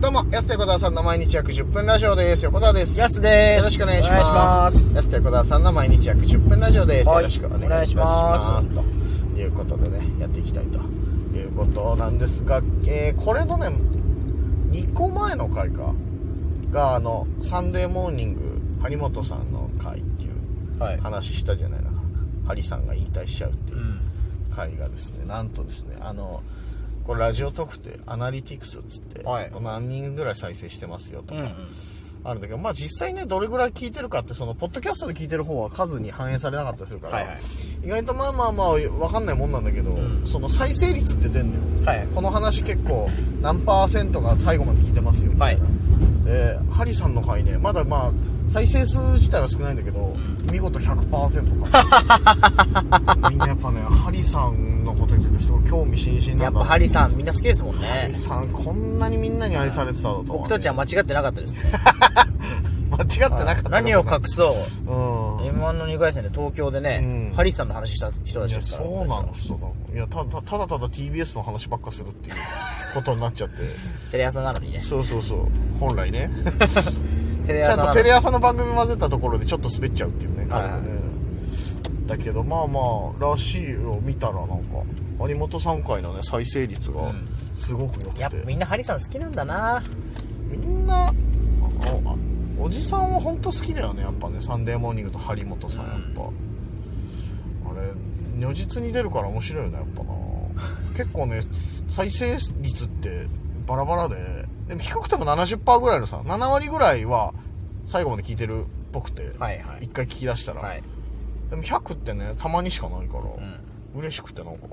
どうも、安手小沢さんの毎日約10分ラジオです。横田です。やすですよろしくお願いします。安手小沢さんの毎日約10分ラジオです。はいよろしくお願いいたします。ということでね、やっていきたいということなんですが、えーこれのね、2個前の回か、が、あの、サンデーモーニング、張本さんの回っていうはい話したじゃないのか。張さんが引退しちゃうっていううん回がですね、なんとですね、あの、これラジオ特定、アナリティクスっつって、はい何人ぐらい再生してますよとうか、んあるんだけど、まあ実際ね、どれぐらい聞いてるかって、その、ポッドキャストで聞いてる方は数に反映されなかったりするから、はいはい意外とまあまあまあ、わかんないもんなんだけど、うんその再生率って出んのよ。はいこの話結構、何パーセントが最後まで聞いてますよ、みたいな。はいで、ハリさんの回ね、まだまあ、再生数自体は少ないんだけど、見事100%か。 みんなやっぱね、ハリさんのことについてすごい興味津々なやっんだぱなハリさんみんな好きですもんハねリさん、こんなにみんなに愛されてたのとはね、僕たちは間違ってなかったですね間違ってなかったから 何を隠そううん m 1の2回戦で東京でねうんハリさんの話した人たいちやですそからうなのそうなのいやただただただ TBS の話ばっかするっていうことになっ ちゃってテレ朝なのにねそうそうそう本来ねテレちゃ朝んなとのテにレ朝の番組混ぜたところでちょっと滑っちゃうっていうねはい彼がねだけどまあまあらしいを見たらなんか有本さん回のね再生率がうんすごく良くて、やっぱみんなハリさん好きなんだなみんなああおじさんは本当好きだよねやっぱね「サンデーモーニング」と張本さんやっぱ、あれ如実に出るから面白いよねやっぱ な結構ね再生率ってバラバラででも低くても70%ぐらいのさ7割ぐらいは最後まで聞いてるっぽくて、はいはい1回聞き出したら、はいでも100ってねたまにしかないから、う嬉しくてなんか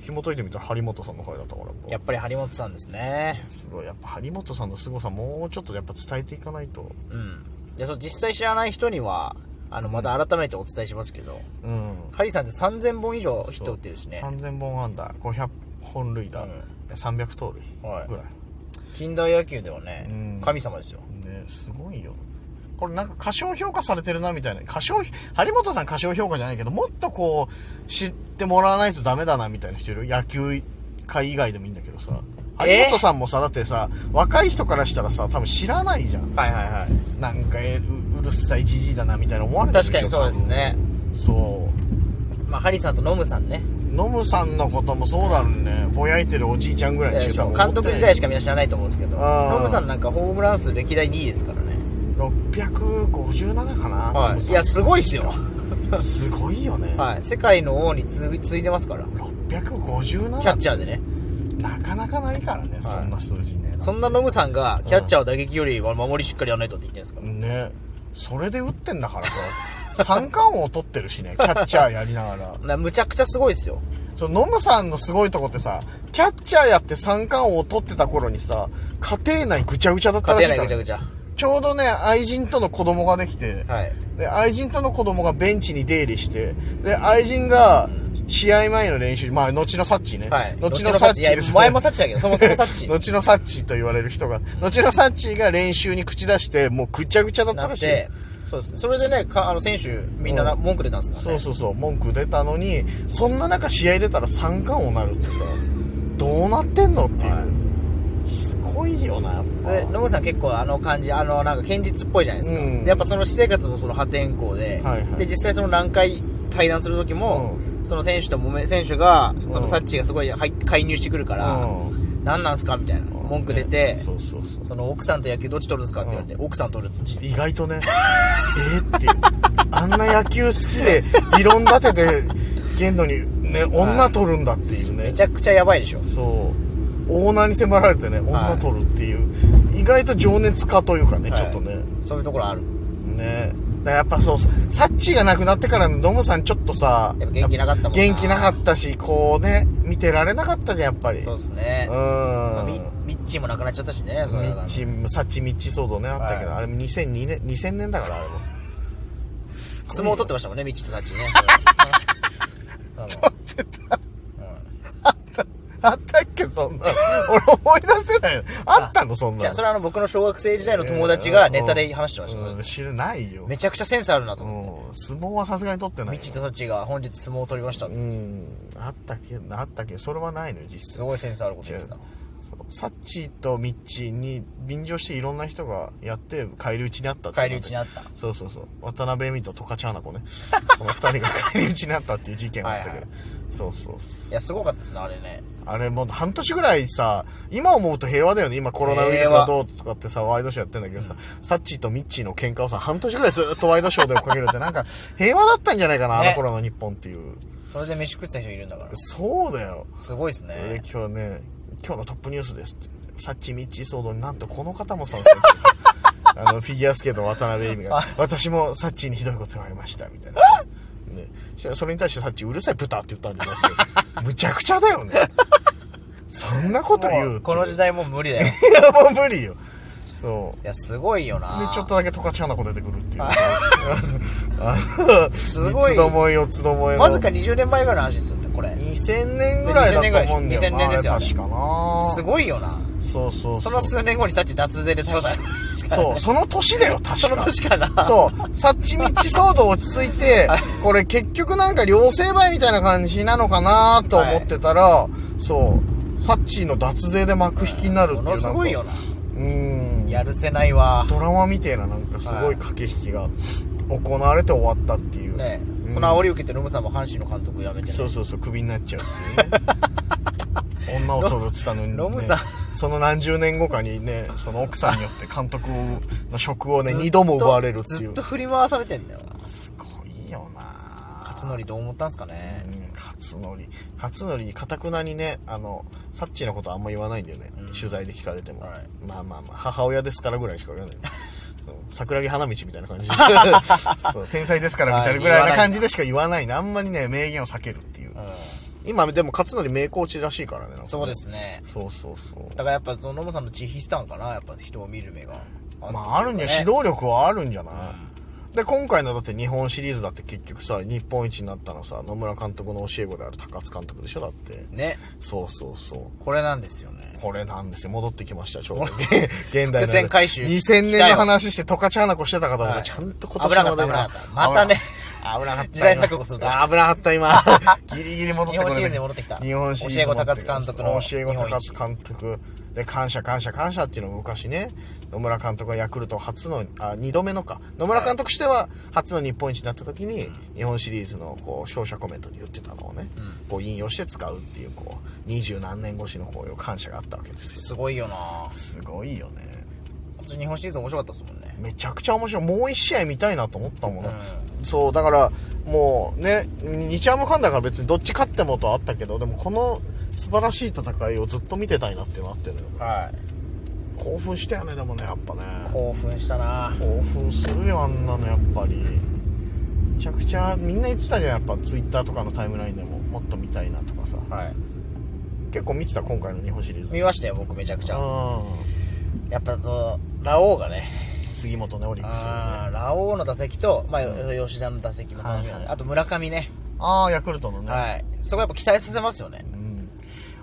紐解いてみたら張本さんの回だったからやっぱやっぱり張本さんですねすごいやっぱ張本さんの凄さもうちょっとやっぱ伝えていかないとうんでそう実際知らない人にはあのまた改めてお伝えしますけどうんハリさんって3000本以上ヒット打ってるしね3000本安打500本塁打、うん300盗塁はいぐらい、近代野球ではうんね神様ですよねすごいよこれなんか過小評価されてるなみたいな過小張本さん過小評価じゃないけどもっとこう知ってもらわないとダメだなみたいな人いる野球界以外でもいいんだけどさ張え本さんもさだってさ若い人からしたらさ多分知らないじゃんはいはいはいなんかえううるさいじじいだなみたいな思われてる確でしょかにそうですね、そうまあ、ハリさんとノムさんねノムさんのこともそうだろうねぼやいてるおじいちゃんぐらいにしか多分監督時代しかかみんな知らないと思うんですけどあーノムさんなんかホームラン数歴代2位ですからね657かな、ノムさんいやすごいっすよすごいよね、はい世界の王に次次いでますから657キャッチャーでねなかなかないからねそんな数字ね、そんなノムさんがキャッチャーを打撃より守りしっかりやらないとって言ってるんですからねそれで打ってんだからさ 三冠王取ってるしねキャッチャーやりながらなむちゃくちゃすごいっすよそのノムさんのすごいとこってさキャッチャーやって三冠王取ってた頃にさ家庭内ぐちゃぐちゃだったらし家いか庭内らぐちゃぐちゃちょうどね愛人との子供ができて、はいで、愛人との子供がベンチに出入りして、で、愛人が、試合前の練習、まあ、後のサッチーね。はい後のサッチいやですね前もサッチだけどそもそもサッ チ後のサッチーと言われる人が、後のサッチーが練習に口出して、もうぐちゃぐちゃだったならっしい。てそうですねそれでねかあの選手みんななうん文句出たんですからねそうそうそう、文句出たのに、そんな中試合出たら三冠王なるってさ、どうなってんのっていう。はすごいよな、やっぱでノムさん結構あの感じあのなんか堅実っぽいじゃないですか、うんでやっぱその私生活もその破天荒で、はいはいで実際その何回対談する時も、その選手ともめ選手がそのサッチがすごい入っ介入してくるから、うん何なんすかみたいな文句出て、ねそうそうそう。その奥さんと野球どっち取るんですかって言われて、奥さん取るっつって意外とね えーっていうあんな野球好きで理論立てて言動にね女取るんだっていうねめちゃくちゃやばいでしょそうオーナーに迫られてね女取るっていう、意外と情熱家というかね、ちょっとはねいそういうところあるねだからやっぱそうサッチーが亡くなってからのノムさんちょっとさやっぱ元気なかったもんな元気なかったしこうね見てられなかったじゃんやっぱりそううですねん、、まあミミッチーもなくなっちゃったしねそミれッはチサッチミッチ騒動ねあったけど、はいあれ2002年2000年だからあれも相撲取ってましたもんねミッチーとサッ チーねうん あったっけ、そんな。 俺思い出せないよ。あったの、そんなの。じゃあ、それはあの、僕の小学生時代の友達がネタで話してました。うん、知らないよ。めちゃくちゃセンスあるなとう思って。ん、相撲はさすがに取ってないミよ。チとサチが本日相撲を取りましたってうん、あったっけ、あったっけ、それはないのよ、実す際。ごいセンスあることですな。そそうサッチーとミッチーに便乗していろんな人がやって返り討ちにあったって返り討ちにあったそうそうそう渡辺恵美と十勝花子ねこの二人が返り討ちにあったっていう事件があったけどはいそうそうそういやすごかったですねあれねあれもう半年ぐらいさ今思うと平和だよね今コロナウイルスがどうとかってさワイドショーやってんだけどさ、サッチーとミッチーの喧嘩をさ半年ぐらいずっとワイドショーで追っかけるってなんか平和だったんじゃないかな、ねあの頃の日本っていうそれで飯食ってた人いるんだからそうだよすごいですえねー今日ね今日のトップニュースですってサッチミッチ騒動になんとこの方も参戦です あのフィギュアスケートの渡辺恵美が私もサッチにひどいこと言われましたみたいな、ね、そしたらそれに対してサッチうるさい豚って言ったんじゃなく てむちゃくちゃだよねそんなこと言うもっうてこの時代もう無理だよいやもう無理よそういやすごいよでなちょっとだけトカチャナコ出てくるっていう あすごい三つどもえ四つどもえのわずか20年前ぐらいの話ですよねこれ2000年ぐらいだと思うんだよな2000年ですよね確かなすごいよなそうそうそうの数年後にさっき脱税で逮捕されたそう、その年だよ、確か。その年かなそう、サッチミチ騒動落ち着いてはい、これ結局なんか両成敗みたいな感じなのかなと思ってたら、そう、サッチーの脱税で幕引きになるっていうもなんのか。すごいよなうーん。やるせないわドラマみたいななんかすごい駆け引きが行われて終わったっていう。ねうんその煽り受けてノムさんも阪神の監督辞めてねそうそうそう、クビになっちゃう っていうね。女を取るって言ったのに、ね。ロムさんその何十年後かにね、その奥さんによって監督の職をね、二度も奪われるってずいっう。と振り回されてんだよなすごいよな勝則どう思ったんすかねうん勝則勝則かたくなにねあのサッチーのことあんま言わないんだよね、うん取材で聞かれても、はいまあまあまあ母親ですからぐらいしか言わないそう桜木花道みたいな感 じでそう天才ですからみたいなぐらいな感じでしか言わないねあんまりね名言を避けるっていう、う今でも勝則名コーチらしいからねなんかねんそうですねそうそうそうだからやっぱそのノムさんの地比したんかなやっぱ人を見る目がまあ、あるんじゃ、指導力はあるんじゃない、で、今回のだって日本シリーズだって結局さ、日本一になったのさ、野村監督の教え子である高津監督でしょだって。ねそうそうそう。これなんですよねこれなんですよ。戻ってきました、ちょうど。 現代の。伏線回収2000年の話して、十勝花子してたかと思ったら、はいちゃんと今危年なのか話った題が危なかったまたね危なかった。時代錯誤すると危なかった、 今。ギリギリ戻って日くる、本シリーズに戻ってきた日本シリーズに戻ってきた。教え子高津監督の教え子高津監督。で、感謝感謝感謝っていうのも昔ね、野村監督がヤクルト初の、あ、二度目のか。野村監督しては、初の日本一になった時に、日本シリーズの、こう、勝者コメントに言ってたのをね、こう、引用して使うっていう、こう、二十何年越しのこういう感謝があったわけですよ。すごいよなすごいよね。今年日本シリーズ面白かったですもんねめちゃくちゃ面白い。もう一試合見たいなと思ったもの。うそう、だから、もうね、日ハムファンだから別にどっち勝ってもとはあったけど、でもこの素晴らしい戦いをずっと見てたいなっていうのはあってね。はい興奮したよね、でもね、やっぱね。興奮したな興奮するよ、あんなのやっぱり。めちゃくちゃ、みんな言ってたじゃん、やっぱツイッターとかのタイムラインでも、もっと見たいなとかさ。はい結構見てた、今回の日本シリーズ。見ましたよ僕めちゃくちゃうやっぱそのラオウがねん。杉本ね、オリックスね。あーラオウの打席と、まあ、吉田の打席も楽しみなんはいではいあと村上ね、ああ、ヤクルトのね。はい、そこやっぱ期待させますよね、うん、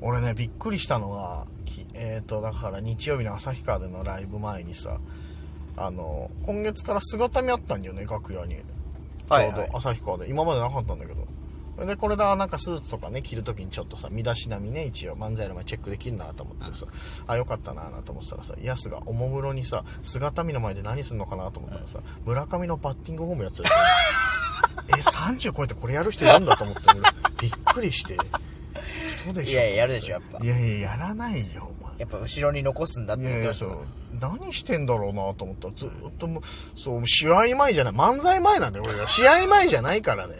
俺ねびっくりしたのがきえっ、とだから日曜日の旭川でのライブ前にさあの今月から姿見あったんだよね楽屋にちょはいはいうど旭川で今までなかったんだけどそれでこれだなんかスーツとかね着るときにちょっとさ身だしなみね一応漫才の前チェックできるなと思ってさあよかったなと思ってたらさヤスがおもむろにさ姿見の前で何するのかなと思ったらさ村上のバッティングフォームや つえ30超えてこれやる人いるんだと思って俺びっくりして嘘でしょいやいややるでしょやっぱいやいややらないよお前やっぱ後ろに残すんだっていやい言やってそまう何してんだろうなと思ったらずっともうそう試合前じゃない漫才前なんだよ俺 ら試合前じゃないからね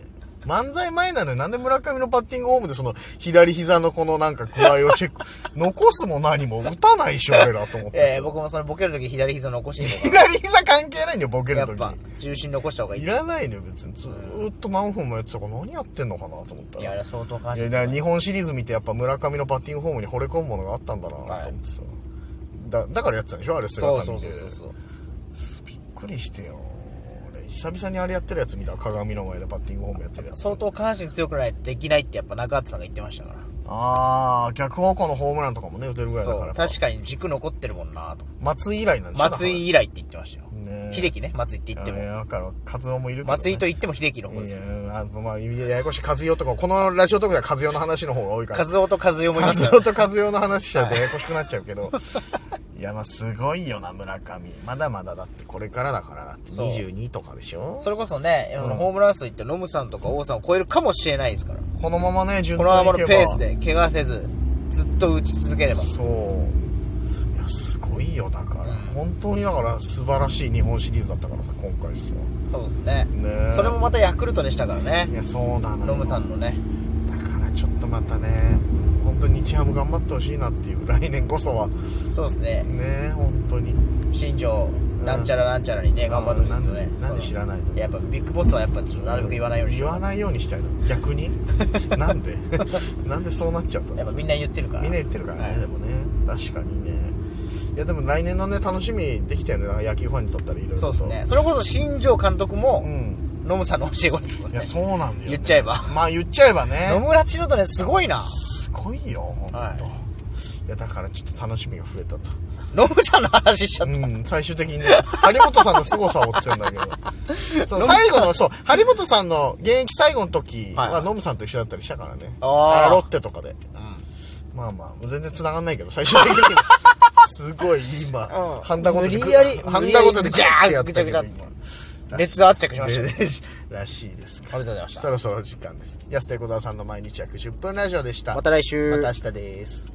漫才前なのになんで村上のバッティングホームでその左膝のこのなんか具合をチェッ ク残すも何も打たないでしょ俺らと思っしたえてさ僕もそのボケるとき左膝残してる左膝関係ないんだよボケ のるがや時っぱ重心残した方がいいいらないのよ別にずーっと何分もやってたから何やってんのかなと思ったらいやあれは相当感いや心だから日本シリーズ見てやっぱ村上のバッティングフォームに惚れ込むものがあったんだなと思ってさ、だだからやってたんでしょあれそう姿そ見うてそうそうそうびっくりしてよ俺久々にあれやってるやつ見た鏡の前でバッティングフォームやってるやつ相当関心強くないとできないってやっぱ中畑さんが言ってましたからああ逆方向のホームランとかもね打てるぐらいだそからう。確かに軸残ってるもんなと。松井以来なんでしょ松井以来って言ってましたよ。ねえ秀樹ね、松井って言だってからいやも。分かるカツオもいるけど、ね、松井と言っても秀樹の方ですよ。いやあまあややこしいカズヨとかこのラジオとかではカズヨの話の方が多いから和夫と和代もいカまズすからオね。とカズヨの話しちゃうとややこしくなっちゃうけど、 い、やまあすごいよな村上まだまだだってこれからだからだってそう22とかでしょそれこそね、あのホームラン数いってノムさんとか王さんを超えるかもしれないですから。このままね順こ当のにいまけばまのペースで怪我せず、ずっと打ち続ければ。そういやすごいよだから、本当にだから素晴らしい日本シリーズだったからさ今回さそうですねねえそれもまたヤクルトでしたからいね。やそうなのノムさんのね。だからちょっとまたね本当に日ハム頑張ってほしいなっていう来年こそはそうですね。ね本当に新庄、なんちゃらなんちゃらにね、頑張ってほしいですよねうん。なんでなんで知らないのいややっぱビッグボスはやっぱちょっとなるべく言わないようにし言よわないようにしたいの逆 になんでなんでそうなっちゃったう。やっぱのみんな言ってるから。みんな言ってるからね、はいでもね確かにねいやでも来年のね楽しみできたよねだから野球ファンにとったらいろいろそうとですね。それこそ新庄監督うも、んノムさんの教え子ですもんいねや。そうなんだよ、ね、言っちゃえばまあ言っちゃえば ね野村チルドレンすごいな。すごいよ本当、はいい、やだからちょっと楽しみが増えたとノムさんの話しちゃっうん最終的にね張本さんの凄さを追ってたんだ けどそう最後のそう張本さんの現役最後の時はいははいノムさんと一緒だったりしたからね、あーあロッテとかでた。うんまあまあ全然繋がんないけど最終的に すごい今、うんハンダごとで無理やりハンダごとでジャーってやったぐけちゃどぐちゃ今劣圧着しましたねたらしいですありがとうございましたそろそろ時間です安手小沢さんの毎日約10分ラジオでしたまた来週。また明日です